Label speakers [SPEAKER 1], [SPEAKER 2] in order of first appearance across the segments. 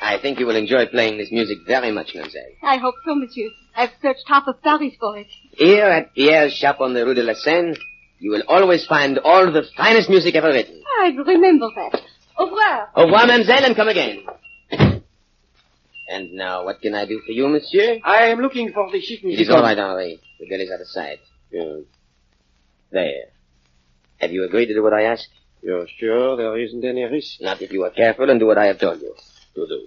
[SPEAKER 1] I think you will enjoy playing this music very much, mademoiselle.
[SPEAKER 2] I hope so, monsieur. I've searched half of Paris for it.
[SPEAKER 1] Here at Pierre's shop on the Rue de la Seine, you will always find all the finest music ever written.
[SPEAKER 2] I remember that. Au revoir.
[SPEAKER 1] Au revoir, mademoiselle, and come again. And now, what can I do for you, monsieur?
[SPEAKER 3] I am looking for the sheet
[SPEAKER 1] It is
[SPEAKER 3] music.
[SPEAKER 1] all right, Henri. The girl is out of sight.
[SPEAKER 3] Yes,
[SPEAKER 1] Hmm. There. Have you agreed to do what I asked?
[SPEAKER 3] you're sure there isn't any risk
[SPEAKER 1] Not if you are careful and do what I have told you.
[SPEAKER 3] to do.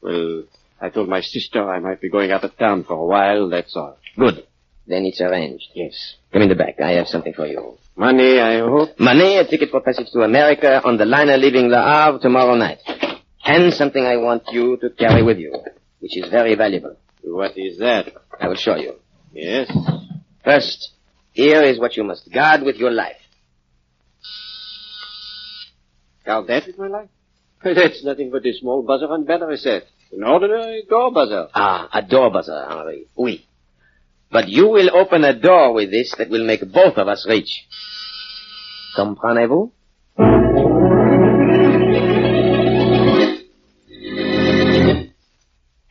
[SPEAKER 3] Well, I told my sister I might be going out of town for a while, that's all. Good.
[SPEAKER 1] Then it's arranged.
[SPEAKER 3] Yes.
[SPEAKER 1] Come in the back. I have something for you.
[SPEAKER 3] Money, I hope.
[SPEAKER 1] Money, a ticket for passage to America on the liner leaving Le Havre tomorrow night. And something I want you to carry with you, which is very valuable.
[SPEAKER 3] What is that?
[SPEAKER 1] I will show you.
[SPEAKER 3] Yes.
[SPEAKER 1] First, here is what you must guard with your life.
[SPEAKER 3] How that is my life? That's nothing but a small buzzer and battery set. An ordinary door buzzer.
[SPEAKER 1] Ah, a door buzzer, Henri. Oui. But you will open a door with this that will make both of us rich. Comprenez-vous?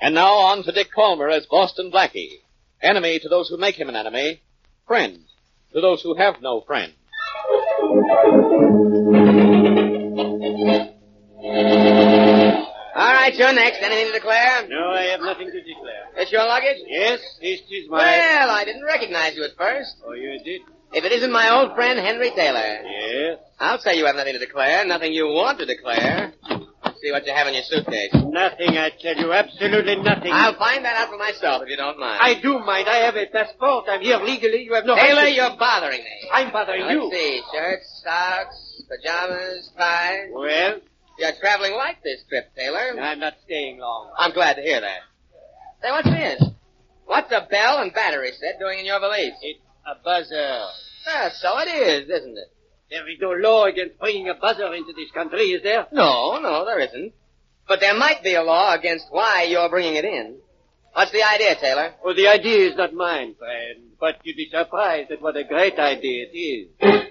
[SPEAKER 4] And now on to Dick Palmer as Boston Blackie. Enemy to those who make him an enemy. Friend to those who have no friend.
[SPEAKER 1] All right, you're next. Anything to declare?
[SPEAKER 3] No, I have nothing to declare.
[SPEAKER 1] It's your luggage?
[SPEAKER 3] Yes, this is
[SPEAKER 1] Well, I didn't recognize you at first.
[SPEAKER 3] Oh, you did?
[SPEAKER 1] If it isn't my old friend Henry Taylor.
[SPEAKER 3] Yes.
[SPEAKER 1] I'll say you have nothing to declare, nothing you want to declare. See what you have in your suitcase.
[SPEAKER 3] Nothing, I tell you. Absolutely nothing.
[SPEAKER 1] I'll find that out for myself if you don't mind.
[SPEAKER 3] I do mind. I have a passport. I'm here legally. You have no
[SPEAKER 1] Taylor,
[SPEAKER 3] right to-
[SPEAKER 1] you're bothering me.
[SPEAKER 3] I'm bothering
[SPEAKER 1] Let's
[SPEAKER 3] you.
[SPEAKER 1] see, shirts, socks, pajamas, ties.
[SPEAKER 3] Well,
[SPEAKER 1] You're traveling light this trip, Taylor.
[SPEAKER 3] I'm not staying long.
[SPEAKER 1] I'm glad to hear that. Say, what's this? What's a bell and battery set doing in your valise?
[SPEAKER 3] It's a buzzer.
[SPEAKER 1] Ah, so it is, isn't it?
[SPEAKER 3] There is no law against bringing a buzzer into this country, is there?
[SPEAKER 1] No, no, there isn't. But there might be a law against why you're bringing it in. What's the idea, Taylor?
[SPEAKER 3] Well, the idea is not mine, friend. But you'd be surprised at what a great idea it is.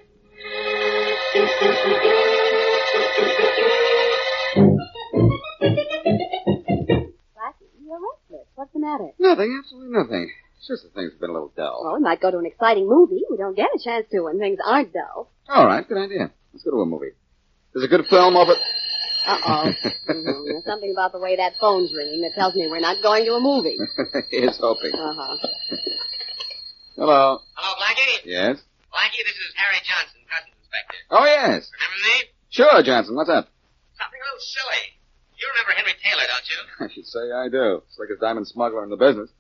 [SPEAKER 2] Blackie, you're restless. What's the matter?
[SPEAKER 3] Nothing, absolutely nothing. It's just the thing's been a little dull.
[SPEAKER 2] Well, we might go to an exciting movie. We don't get a chance to when things aren't dull.
[SPEAKER 3] All right, good idea. Let's go to a movie. There's a good film over.
[SPEAKER 2] Uh-oh. Mhm. There's something about the way that phone's ringing that tells me we're not going to a movie.
[SPEAKER 3] Here's hoping.
[SPEAKER 2] Uh-huh.
[SPEAKER 3] Hello.
[SPEAKER 1] Hello, Blackie.
[SPEAKER 3] Yes.
[SPEAKER 1] Blackie, this is Harry Johnson, Customs Inspector.
[SPEAKER 3] Oh yes.
[SPEAKER 1] Remember me?
[SPEAKER 3] Sure, Johnson. What's up?
[SPEAKER 1] Something a little silly. You remember Henry Taylor, don't you?
[SPEAKER 3] I should say I do. Slickest diamond smuggler in the business.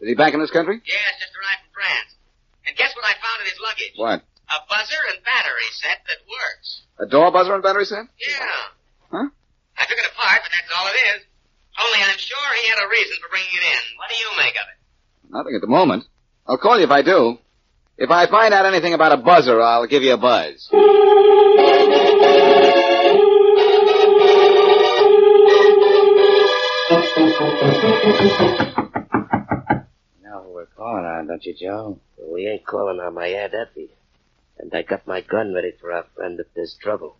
[SPEAKER 3] Is he back in this country?
[SPEAKER 1] Yes, just arrived from France. And guess what I found in his luggage?
[SPEAKER 3] What?
[SPEAKER 1] A buzzer and battery set that works.
[SPEAKER 3] A door buzzer and battery set?
[SPEAKER 1] Yeah.
[SPEAKER 3] Huh?
[SPEAKER 1] I took it apart, but that's all it is. Only I'm sure he had a reason for bringing it in. What do you make of it?
[SPEAKER 3] Nothing at the moment. I'll call you if I do. If I find out anything about a buzzer, I'll give you a buzz.
[SPEAKER 1] No, we're calling on, don't you, Joe? We ain't calling on my aunt Effie. And I got my gun ready for our friend if there's trouble.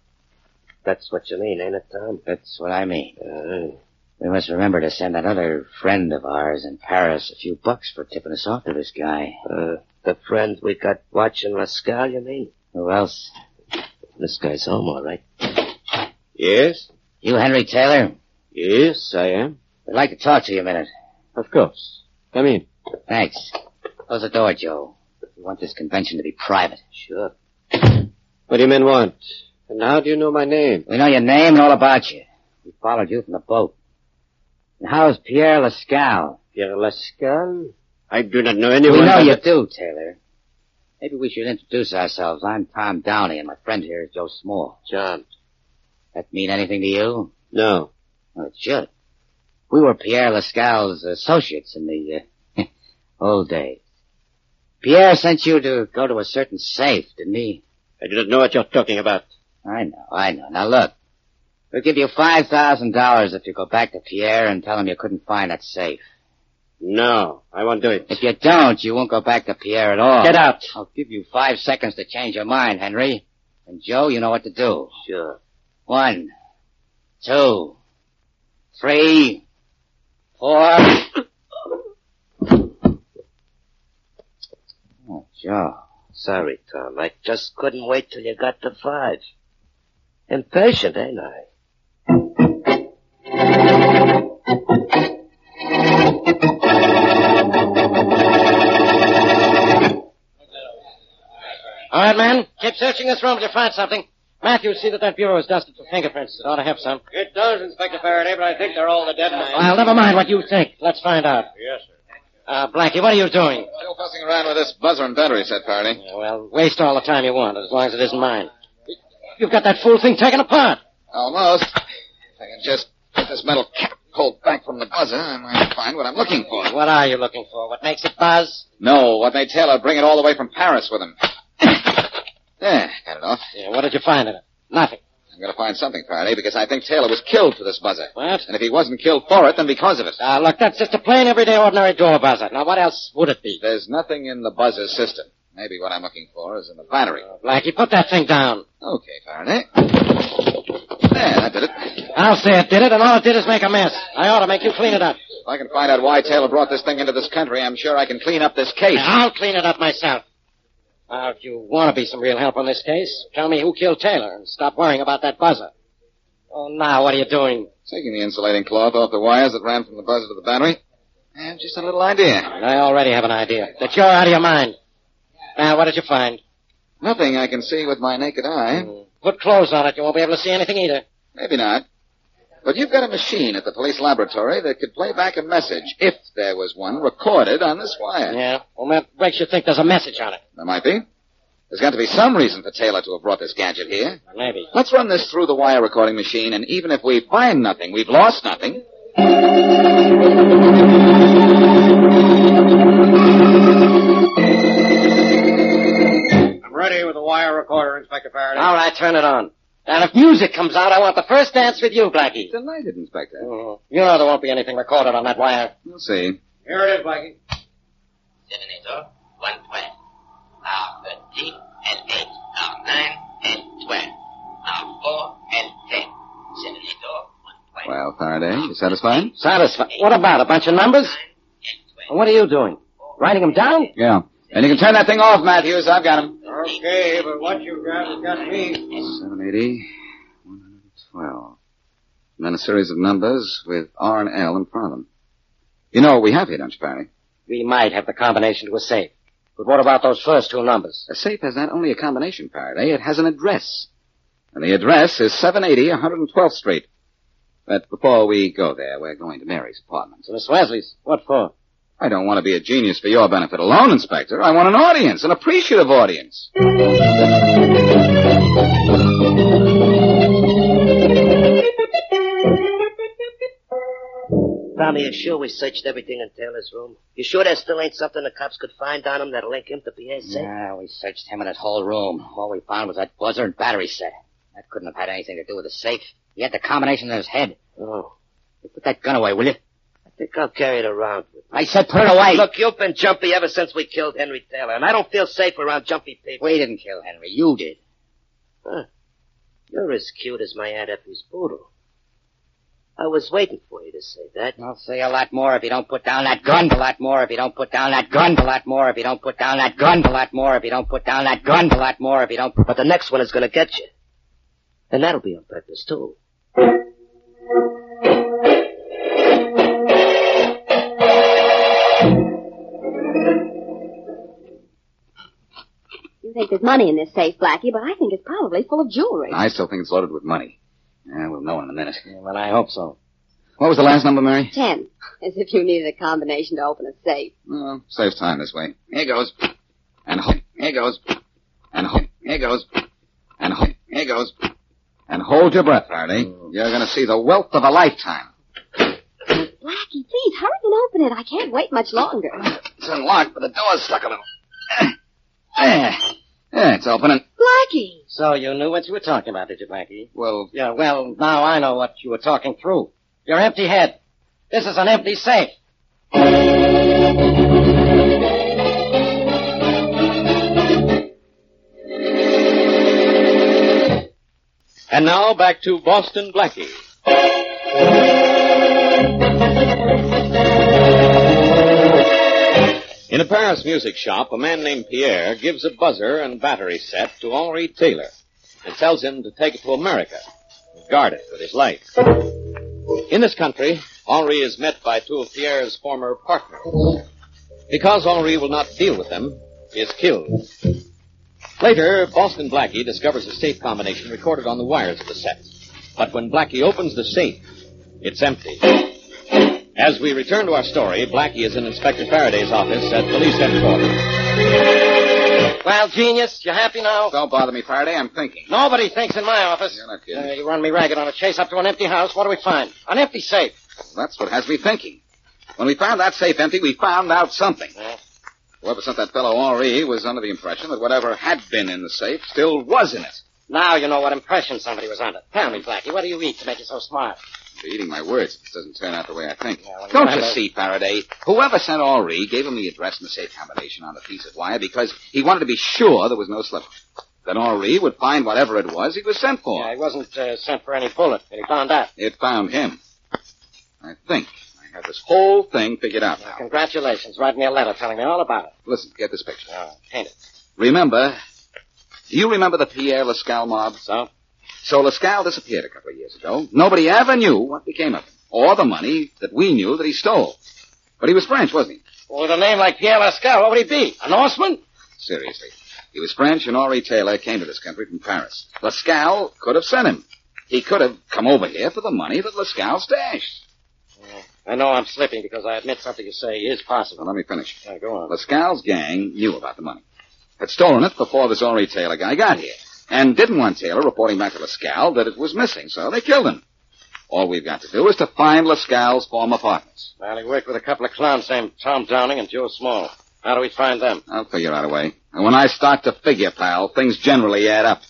[SPEAKER 1] That's what you mean, ain't it, Tom?
[SPEAKER 5] That's what I mean. Uh, we must remember to send that other friend of ours in Paris a few bucks for tipping us off to this guy.
[SPEAKER 1] Uh, the friend we got watching Lascaux, you mean?
[SPEAKER 5] Who else?
[SPEAKER 1] This guy's home, all right.
[SPEAKER 3] Yes?
[SPEAKER 5] You, Henry Taylor?
[SPEAKER 3] Yes, I am.
[SPEAKER 5] We'd like to talk to you a minute.
[SPEAKER 3] Of course. Come in.
[SPEAKER 5] Thanks. Close the door, Joe. We want this convention to be private.
[SPEAKER 1] Sure.
[SPEAKER 3] What do you men want? And how do you know my name?
[SPEAKER 5] We know your name and all about you. We followed you from the boat. And how's Pierre Lascaux?
[SPEAKER 3] Pierre Lascal? I do not know anyone.
[SPEAKER 5] We know
[SPEAKER 3] but-
[SPEAKER 5] you do, Taylor. Maybe we should introduce ourselves. I'm Tom Downey, and my friend here is Joe Small.
[SPEAKER 3] John.
[SPEAKER 5] That mean anything to you?
[SPEAKER 3] No.
[SPEAKER 5] Well, it should. We were Pierre Lascal's associates in the uh, old days. Pierre sent you to go to a certain safe, didn't he?
[SPEAKER 3] I do not know what you're talking about.
[SPEAKER 5] I know, I know. Now look, we'll give you five thousand dollars if you go back to Pierre and tell him you couldn't find that safe.
[SPEAKER 3] No, I won't do it.
[SPEAKER 5] If you don't, you won't go back to Pierre at all.
[SPEAKER 3] Get out.
[SPEAKER 5] I'll give you five seconds to change your mind, Henry. And Joe, you know what to do.
[SPEAKER 3] Sure.
[SPEAKER 5] One, two, three, four. oh, Joe.
[SPEAKER 1] Sorry, Tom. I just couldn't wait till you got to five. Impatient, ain't I?
[SPEAKER 3] All right, man. Keep searching this room till you find something. Matthew, see that that bureau is dusted for fingerprints. It ought to have some. It does, Inspector Faraday, but I think they're all the dead man. Well, never mind what you think. Let's find out.
[SPEAKER 4] Yes, sir.
[SPEAKER 3] Uh, Blackie, what are you doing?
[SPEAKER 6] Still fussing around with this buzzer and battery set, Faraday.
[SPEAKER 3] Well, waste all the time you want, as long as it isn't mine. You've got that fool thing taken apart.
[SPEAKER 6] Almost. If I can just get this metal cap pulled back from the buzzer, I might find what I'm looking for.
[SPEAKER 3] What are you looking for? What makes it buzz?
[SPEAKER 6] No, what made Taylor bring it all the way from Paris with him? there, got it off.
[SPEAKER 3] Yeah, what did you find in it? Nothing.
[SPEAKER 6] I'm going to find something, Faraday, because I think Taylor was killed for this buzzer.
[SPEAKER 3] What?
[SPEAKER 6] And if he wasn't killed for it, then because of it.
[SPEAKER 3] Ah, look, that's just a plain, everyday, ordinary door buzzer. Now, what else would it be?
[SPEAKER 6] There's nothing in the buzzer system. Maybe what I'm looking for is in the battery.
[SPEAKER 3] Blackie, put that thing down.
[SPEAKER 6] Okay, Faraday. There, that did it. If
[SPEAKER 3] I'll say it did it, and all it did is make a mess. I ought to make you clean it up.
[SPEAKER 6] I can find out why Taylor brought this thing into this country, I'm sure I can clean up this case.
[SPEAKER 3] I'll clean it up myself. Now, if you want to be some real help on this case, tell me who killed Taylor and stop worrying about that buzzer. Oh, now, what are you doing?
[SPEAKER 6] Taking the insulating cloth off the wires that ran from the buzzer to the battery. I have just a little idea.
[SPEAKER 3] I already have an idea that you're out of your mind. Now, what did you find?
[SPEAKER 6] Nothing I can see with my naked eye.
[SPEAKER 3] Put clothes on it. You won't be able to see anything either.
[SPEAKER 6] Maybe not. But you've got a machine at the police laboratory that could play back a message, if there was one, recorded on this wire.
[SPEAKER 3] Yeah? Well, that makes you think there's a message on it.
[SPEAKER 6] There might be. There's got to be some reason for Taylor to have brought this gadget here.
[SPEAKER 3] Maybe.
[SPEAKER 6] Let's run this through the wire recording machine, and even if we find nothing, we've lost nothing.
[SPEAKER 4] I'm ready with the wire recorder, Inspector Faraday.
[SPEAKER 3] All right, turn it on. And if music comes out, I want the first dance with you, Blackie.
[SPEAKER 6] Delighted, Inspector.
[SPEAKER 3] Oh, You know there won't be anything recorded on that wire.
[SPEAKER 6] We'll see.
[SPEAKER 4] Here it is, Blackie.
[SPEAKER 1] Seminator, 112. Now 13 and 8. Now 9 and 12. Now 4 and 10. Seminator, 112.
[SPEAKER 6] Well, Faraday, you satisfied?
[SPEAKER 3] Satisfied. What about a bunch of numbers? And What are you doing? Writing them down?
[SPEAKER 6] Yeah. And you can turn that thing off, Matthews. I've got him.
[SPEAKER 4] Okay, but what you got has got me.
[SPEAKER 6] 780, 112. And then a series of numbers with R and L in front of them. You know what we have here, don't you, Barry?
[SPEAKER 3] We might have the combination to a safe. But what about those first two numbers?
[SPEAKER 6] A safe has not only a combination, Faraday, it has an address. And the address is 780 112th Street. But before we go there, we're going to Mary's apartment.
[SPEAKER 3] To Miss Wesley's. What for?
[SPEAKER 6] I don't want to be a genius for your benefit alone, Inspector. I want an audience, an appreciative audience.
[SPEAKER 1] Tommy, you sure we searched everything in Taylor's room? You sure there still ain't something the cops could find on him that'll link him to Pierre's safe?
[SPEAKER 5] Yeah, we searched him in his whole room. All we found was that buzzer and battery set. That couldn't have had anything to do with the safe. He had the combination in his head.
[SPEAKER 1] Oh,
[SPEAKER 5] You put that gun away, will you?
[SPEAKER 1] I think I'll carry it around with
[SPEAKER 5] I said put it away.
[SPEAKER 1] me. Look, you've been jumpy ever since we killed Henry Taylor, and I don't feel safe around jumpy people.
[SPEAKER 5] we didn't kill Henry. You did.
[SPEAKER 1] You're as cute as my Aunt Effie's poodle. I was waiting for you to say that.
[SPEAKER 5] I'll say a lot more if you don't put down that gun. A lot more if you don't put down that gun. A lot more if you don't put down that gun. A lot more if you don't put down that gun. A lot more if you don't.
[SPEAKER 1] But the next one is gonna get you. And that'll be on purpose, too.
[SPEAKER 2] You think there's money in this safe, Blackie, but I think it's probably full of jewelry.
[SPEAKER 6] I still think it's loaded with money. Yeah, we'll know in a minute.
[SPEAKER 5] Well, I hope so.
[SPEAKER 6] What was the last number, Mary?
[SPEAKER 2] Ten. As if you needed a combination to open a safe.
[SPEAKER 6] Well, saves time this way. Here goes. And ho- here goes. And ho- here goes. And ho- here goes. And hold your breath, Faraday. You're going to see the wealth of a lifetime.
[SPEAKER 2] Blackie, please hurry and open it. I can't wait much longer.
[SPEAKER 6] It's unlocked, but the door's stuck a little. There. Yeah, it's opening.
[SPEAKER 2] Blackie!
[SPEAKER 3] So you knew what you were talking about, did you, Blackie?
[SPEAKER 6] Well,
[SPEAKER 3] Yeah, well, now I know what you were talking through. Your empty head. This is an empty safe.
[SPEAKER 4] And now back to Boston Blackie. In a Paris music shop, a man named Pierre gives a buzzer and battery set to Henri Taylor and tells him to take it to America and guard it with his life. In this country, Henri is met by two of Pierre's former partners. Because Henri will not deal with them, he is killed. Later, Boston Blackie discovers a safe combination recorded on the wires of the set. But when Blackie opens the safe, it's empty. As we return to our story, Blackie is in Inspector Faraday's office at police headquarters.
[SPEAKER 3] Well, genius, you happy now?
[SPEAKER 6] don't bother me, Faraday. I'm thinking.
[SPEAKER 3] Nobody thinks in my office.
[SPEAKER 6] You're not kidding.
[SPEAKER 3] Uh, you run me ragged on a chase up to an empty house. What do we find? An empty safe.
[SPEAKER 6] That's what has me thinking. When we found that safe empty, we found out something.
[SPEAKER 3] Yeah.
[SPEAKER 6] Whoever sent that fellow Henri was under the impression that whatever had been in the safe still was in it.
[SPEAKER 3] Now you know what impression somebody was under. Tell me, Blackie, what do you eat to make you so smart?
[SPEAKER 6] I'd be eating my words if this doesn't turn out the way I think.
[SPEAKER 3] Yeah, well, you
[SPEAKER 6] Don't you
[SPEAKER 3] have a-
[SPEAKER 6] see, Faraday? Whoever sent Henri gave him the address and the safe combination on the piece of wire because he wanted to be sure there was no slip. That Henri would find whatever it was he was sent for.
[SPEAKER 3] Yeah, he wasn't uh, sent for any bullet, and he found out.
[SPEAKER 6] It found him. I think I have this whole thing figured out
[SPEAKER 3] Now,
[SPEAKER 6] now.
[SPEAKER 3] congratulations. Write me a letter telling me all about it.
[SPEAKER 6] Listen, get this picture.
[SPEAKER 3] Oh, paint it.
[SPEAKER 6] Remember, do you remember the Pierre Lascal mob?
[SPEAKER 3] So?
[SPEAKER 6] So Lascal disappeared a couple of years ago. Nobody ever knew what became of him, or the money that we knew that he stole. But he was French, wasn't he?
[SPEAKER 3] Well, with a name like Pierre Lascar, what would he be? A Norseman?
[SPEAKER 6] Seriously. He was French, and Henri Taylor came to this country from Paris. Lascal could have sent him. He could have come over here for the money that Lascal stashed.
[SPEAKER 3] I know I'm slipping because I admit something you say is
[SPEAKER 6] Now,
[SPEAKER 3] possible.
[SPEAKER 6] let me finish.
[SPEAKER 3] Yeah, go on.
[SPEAKER 6] Lascal's gang knew about the money. Had stolen it before this Henri Taylor guy got here. And didn't want Taylor reporting back to Lascal that it was missing, so they killed him. All we've got to do is to find Lascal's former partners.
[SPEAKER 3] Well, he worked with a couple of clowns named Tom Downing and Joe Small. How do we find them?
[SPEAKER 6] I'll figure out a way. And when I start to figure, pal, things generally add up.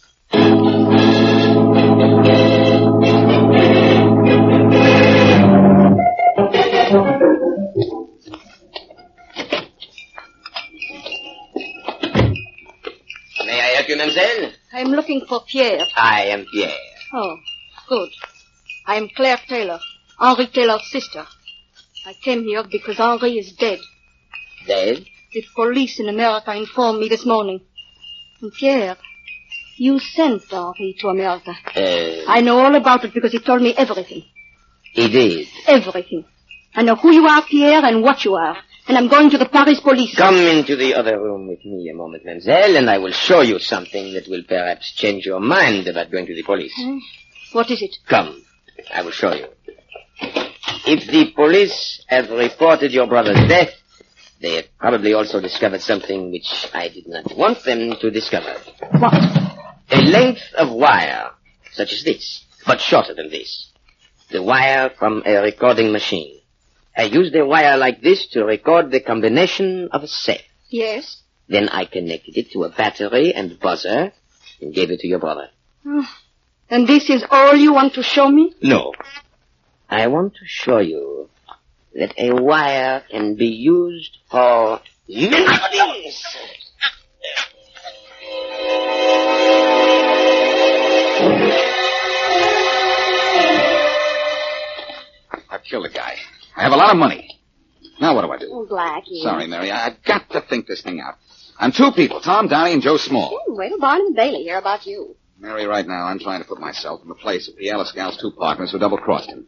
[SPEAKER 5] May I help you, mademoiselle?
[SPEAKER 7] I'm looking for Pierre.
[SPEAKER 5] I am Pierre.
[SPEAKER 7] Oh, good. I am Claire Taylor, Henri Taylor's sister. I came here because Henri is dead.
[SPEAKER 5] Dead?
[SPEAKER 7] The police in America informed me this morning. And Pierre, you sent Henri to America.
[SPEAKER 5] Uh,
[SPEAKER 7] I know all about it because he told me everything.
[SPEAKER 5] he did.
[SPEAKER 7] Everything. I know who you are, Pierre, and what you are. And I'm going to the Paris police.
[SPEAKER 5] Come into the other room with me a moment, mademoiselle, and I will show you something that will perhaps change your mind about going to the police.
[SPEAKER 7] What is it?
[SPEAKER 5] Come, I will show you. If the police have reported your brother's death, they have probably also discovered something which I did not want them to discover.
[SPEAKER 7] What?
[SPEAKER 5] A length of wire, such as this, but shorter than this. The wire from a recording machine. I used a wire like this to record the combination of a set.
[SPEAKER 7] Yes.
[SPEAKER 5] Then I connected it to a battery and buzzer and gave it to your brother.
[SPEAKER 7] And this is all you want to show me?
[SPEAKER 5] No. I want to show you that a wire can be used for many things.
[SPEAKER 6] I've killed a guy. I have a lot of money. Now what do I do?
[SPEAKER 2] Oh, Blackie.
[SPEAKER 6] Sorry, Mary. I- I've got to think this thing out. I'm two people, Tom Downey and Joe Small.
[SPEAKER 2] Hmm, wait till Barnum and Bailey hear about you.
[SPEAKER 6] Mary, right now, I'm trying to put myself in the place of the Alice Gal's two partners who double-crossed him.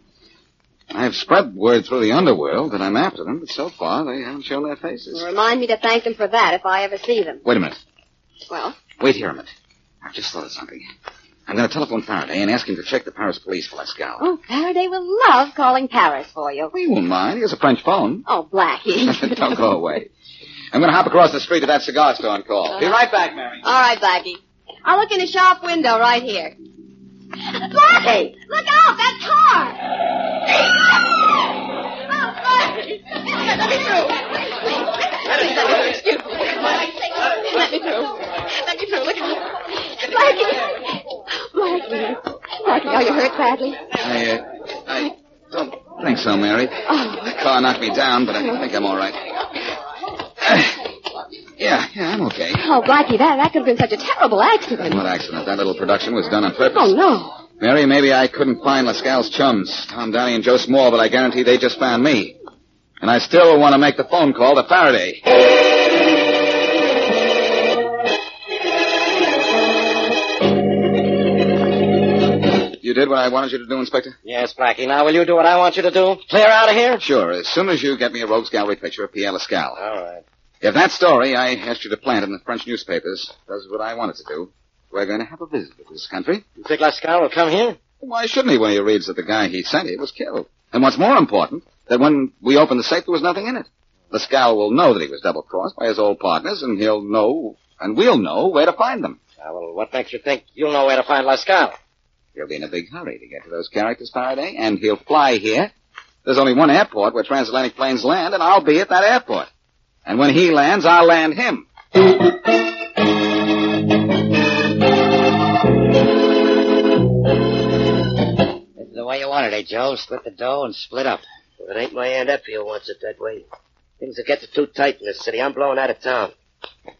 [SPEAKER 6] I've spread word through the underworld that I'm after them, but so far they haven't shown their faces.
[SPEAKER 2] Remind me to thank them for that if I ever see them.
[SPEAKER 6] Wait a minute.
[SPEAKER 2] Well,
[SPEAKER 6] Wait here a minute. I've just thought of something. I'm going to telephone Faraday and ask him to check the Paris police for Lascaux.
[SPEAKER 2] Oh, Faraday will love calling Paris for you.
[SPEAKER 6] He won't mind. He has a French phone.
[SPEAKER 2] Oh, Blackie.
[SPEAKER 6] Don't go away. I'm going to hop across the street to that cigar store and call. Be right back, Mary.
[SPEAKER 2] All right, Blackie. I'll look in the shop window right here. Blackie! Look out! That car! Oh, Blackie! Let me through. Please, let me through. Excuse me. Let me through. Let me through. Look out. Blackie! Blackie. Blackie, are you hurt badly?
[SPEAKER 6] I, uh, I don't think so, Mary. The car knocked me down, but I think I'm all right. yeah, yeah, I'm okay.
[SPEAKER 2] Oh, Blackie, that, that could have been such a terrible accident.
[SPEAKER 6] What accident? That little production was done on purpose.
[SPEAKER 2] Oh, no.
[SPEAKER 6] Mary, maybe I couldn't find Lascal's chums, Tom Downey and Joe Small, but I guarantee they just found me. And I still want to make the phone call to Faraday. You did what I wanted you to do, Inspector?
[SPEAKER 8] Yes, Blackie. Now, will you do what I want you to do? Clear out of here?
[SPEAKER 6] Sure, as soon as you get me a rogues gallery picture of Pierre Lascal.
[SPEAKER 8] All right.
[SPEAKER 6] If that story I asked you to plant in the French newspapers does what I want it to do, we're going to have a visitor to this country.
[SPEAKER 8] You think Lascar will come here?
[SPEAKER 6] Why shouldn't he when he reads that the guy he sent here was killed? And what's more important, that when we opened the safe, there was nothing in it. Lascal will know that he was double-crossed by his old partners, and he'll know, and we'll know where to find them.
[SPEAKER 8] Ah, well, what makes you think you'll know where to find Lascar?
[SPEAKER 6] He'll be in a big hurry to get to those characters, Faraday, and he'll fly here. There's only one airport where transatlantic planes land, and I'll be at that airport. And when he lands, I'll land him.
[SPEAKER 8] This is the way you wanted
[SPEAKER 3] eh,
[SPEAKER 8] it, Joe. Split the dough and split up.
[SPEAKER 3] But it ain't my Aunt Effie who wants it that way. Things are getting too tight in this city. I'm blowing out of town.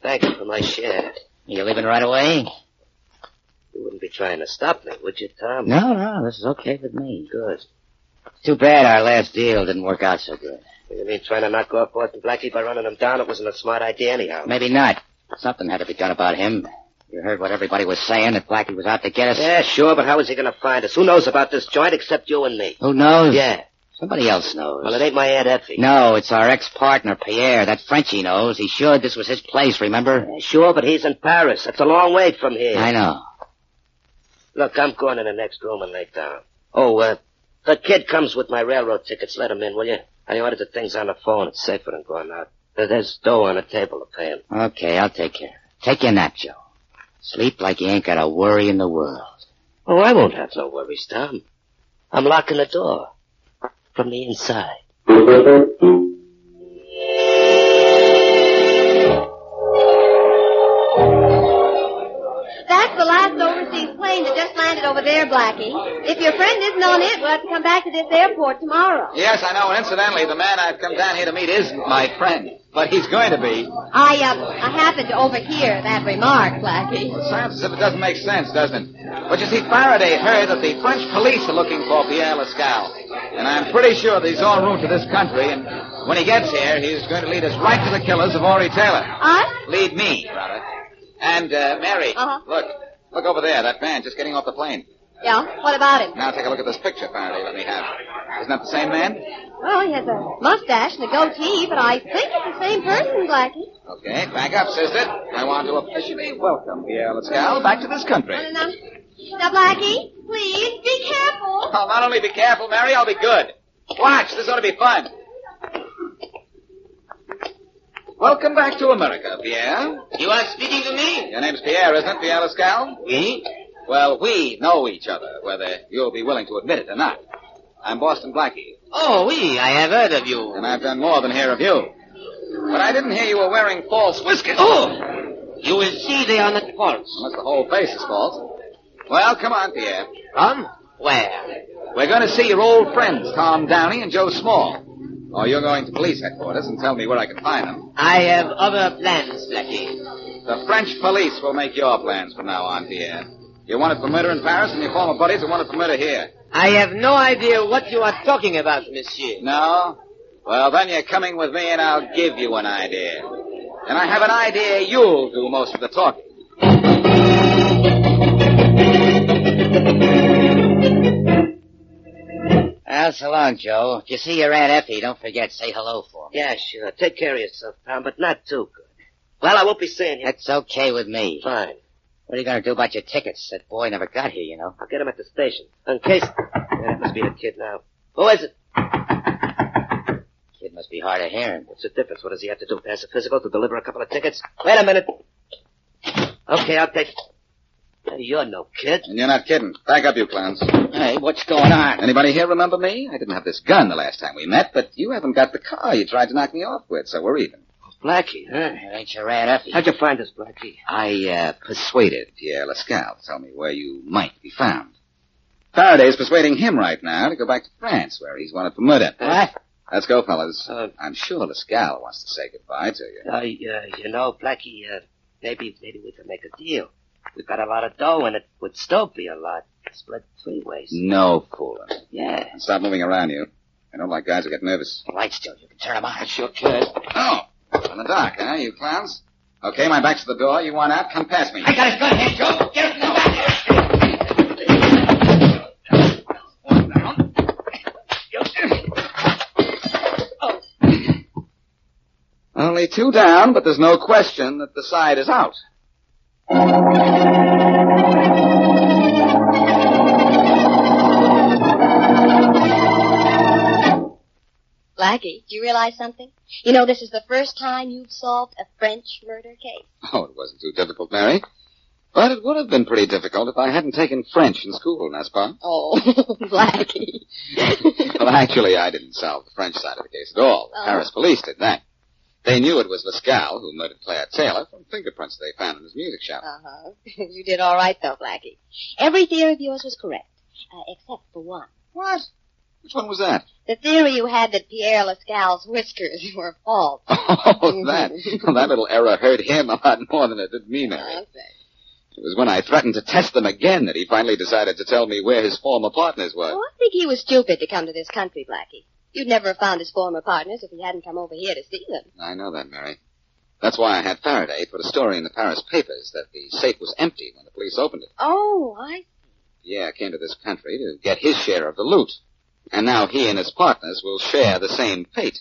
[SPEAKER 3] Thank you for my share.
[SPEAKER 8] You leaving right away?
[SPEAKER 3] You wouldn't be trying to stop me, would you, Tom?
[SPEAKER 8] No, no. This is okay with me.
[SPEAKER 3] Good.
[SPEAKER 8] Too bad our last deal didn't work out so good.
[SPEAKER 3] You mean trying to knock off Boston Blackie by running him down? It wasn't a smart idea anyhow.
[SPEAKER 8] Maybe not. Something had to be done about him. You heard what everybody was saying that Blackie was out to get us.
[SPEAKER 3] Yeah, sure, but how is he going to find us? Who knows about this joint except you and me?
[SPEAKER 8] Who knows?
[SPEAKER 3] Yeah.
[SPEAKER 8] Somebody else knows.
[SPEAKER 3] Well, it ain't my Aunt Effie.
[SPEAKER 8] No, it's our ex-partner, Pierre. That Frenchie knows. He should. This was his place, remember?
[SPEAKER 3] Yeah, Sure, but he's in Paris. That's a long way from here.
[SPEAKER 8] I know.
[SPEAKER 3] Look, I'm going in the next room and lay down. Oh, uh, the kid comes with my railroad tickets. Let him in, will you? I ordered the things on the phone. It's safer than going out. There- There's dough on the table to pay him.
[SPEAKER 8] Okay, I'll take care. Take your nap, Joe. Sleep like you ain't got a worry in the world.
[SPEAKER 3] Oh, I won't have no worries, Tom. I'm locking the door from the inside.
[SPEAKER 2] That's the last overseas plane that just landed over there, Blackie. If your friend isn't on it, we'll have to come back to this airport tomorrow.
[SPEAKER 6] Yes, I know. And incidentally, the man I've come down here to meet isn't my friend, but he's going to be.
[SPEAKER 2] I, uh, I happened to overhear that remark, Blackie.
[SPEAKER 6] Well, it sounds as if it doesn't make sense, doesn't it? But you see, Faraday heard that the French police are looking for Pierre Lascal. And I'm pretty sure that he's en route to this country, and when he gets here, he's going to lead us right to the killers of Ori Taylor.
[SPEAKER 2] Huh?
[SPEAKER 6] Lead me, rather. And, uh, Mary,
[SPEAKER 2] Uh-huh.
[SPEAKER 6] look. Look over there, that man just getting off the plane.
[SPEAKER 2] Yeah, what about him?
[SPEAKER 6] Now take a look at this picture Faraday let me have. Isn't that the same man?
[SPEAKER 2] Well, he has a mustache and a goatee, but I think it's the same person, Blackie.
[SPEAKER 6] Okay, back up, sister. I want to officially welcome Pierre Lascal back to this country.
[SPEAKER 2] And, uh, now, Blackie, please be careful.
[SPEAKER 6] Oh, I'll not only be careful, Mary, I'll be good. Watch, this ought to be fun. Welcome back to America, Pierre.
[SPEAKER 3] You are speaking to me?
[SPEAKER 6] Your name's Pierre, isn't it, Pierre Lascal?
[SPEAKER 3] Me?
[SPEAKER 6] Well, we know each other, whether you'll be willing to admit it or not. I'm Boston Blackie,
[SPEAKER 3] Oh, we. I have heard of you.
[SPEAKER 6] and I've done more than hear of you. But I didn't hear you were wearing false whiskers. Oh!
[SPEAKER 3] You will see they are not false.
[SPEAKER 6] Unless the whole face is false. Well, come on, Pierre.
[SPEAKER 3] From? Where?
[SPEAKER 6] We're going to see your old friends, Tom Downey and Joe Small. Oh, you're going to police headquarters and tell me where I can find them.
[SPEAKER 3] I have other plans, Blackie.
[SPEAKER 6] The French police will make your plans from now on, Pierre. You're wanted for murder in Paris, and your former buddies are wanted for murder here.
[SPEAKER 3] I have no idea what you are talking about, monsieur.
[SPEAKER 6] No? Well, then you're coming with me, and I'll give you an idea. And I have an idea you'll do most of the talking.
[SPEAKER 8] Well, so long, Joe. If you see your Aunt Effie, don't forget, say hello for me.
[SPEAKER 3] Yeah, sure. Take care of yourself, Tom, but not too good. Well, I won't be seeing you.
[SPEAKER 8] That's okay with me.
[SPEAKER 3] Fine. What are you going to do about your tickets? That boy never got here, you know. I'll get him at the station. In case... Yeah, that must be the kid now. Who is it? Kid must be hard of hearing. What's the difference? What does he have to do? Pass a physical to deliver a couple of tickets? Wait a minute. Okay, I'll take... You're no kid.
[SPEAKER 6] And you're not kidding. Back up, you clowns.
[SPEAKER 3] Hey, what's going on?
[SPEAKER 6] Anybody here remember me? I didn't have this gun the last time we met, but you haven't got the car you tried to knock me off with, so we're even.
[SPEAKER 3] Blackie, huh? It ain't your Aunt Effie. How'd you find us, Blackie?
[SPEAKER 6] I uh, persuaded Pierre Lascaux to tell me where you might be found. Faraday's persuading him right now to go back to France, where he's wanted for murder.
[SPEAKER 3] What?
[SPEAKER 6] Let's go, fellas.
[SPEAKER 3] Uh,
[SPEAKER 6] I'm sure Lascaux wants to say goodbye to you.
[SPEAKER 3] Uh, yeah, you know, Blackie, uh, maybe maybe we could make a deal. We've got a lot of dough, and it would still be a lot. Split three ways.
[SPEAKER 6] No fooling.
[SPEAKER 3] Yeah.
[SPEAKER 6] Stop moving around, you. I don't like guys who get nervous.
[SPEAKER 3] Right, still, you can turn them on. I sure could.
[SPEAKER 6] Oh, in the dark, huh, you clowns? Okay, my back's to the door. You want out? Come past me.
[SPEAKER 3] I got his gun here, Joe. Get him from the back.
[SPEAKER 6] Only two down, but there's no question that the side is out.
[SPEAKER 2] Blackie, do you realize something? You know, this is the first time you've solved a French murder case.
[SPEAKER 6] Oh, it wasn't too difficult, Mary. But it would have been pretty difficult if I hadn't taken French in school, Naspa.
[SPEAKER 2] Oh, Blackie.
[SPEAKER 6] Well, actually, I didn't solve the French side of the case at all. The
[SPEAKER 2] Oh.
[SPEAKER 6] Paris police did that. They knew it was Lascaux who murdered Claire Taylor from fingerprints they found in his music shop.
[SPEAKER 2] Uh-huh. You did all right, though, Blackie. Every theory of yours was correct, uh, except for one.
[SPEAKER 6] What? Which one was that?
[SPEAKER 2] The theory you had that Pierre Lascal's whiskers were false.
[SPEAKER 6] Oh, that. Well, that little error hurt him a lot more than it did me, Mary.
[SPEAKER 2] Uh,
[SPEAKER 6] It was when I threatened to test them again that he finally decided to tell me where his former partners
[SPEAKER 2] well,
[SPEAKER 6] were.
[SPEAKER 2] I think he was stupid to come to this country, Blackie. You'd never have found his former partners if he hadn't come over here to see them.
[SPEAKER 6] I know that, Mary. That's why I had Faraday put a story in the Paris papers that the safe was empty when the police opened it.
[SPEAKER 2] Oh, I...
[SPEAKER 6] Yeah, came to this country to get his share of the loot. And now he and his partners will share the same fate.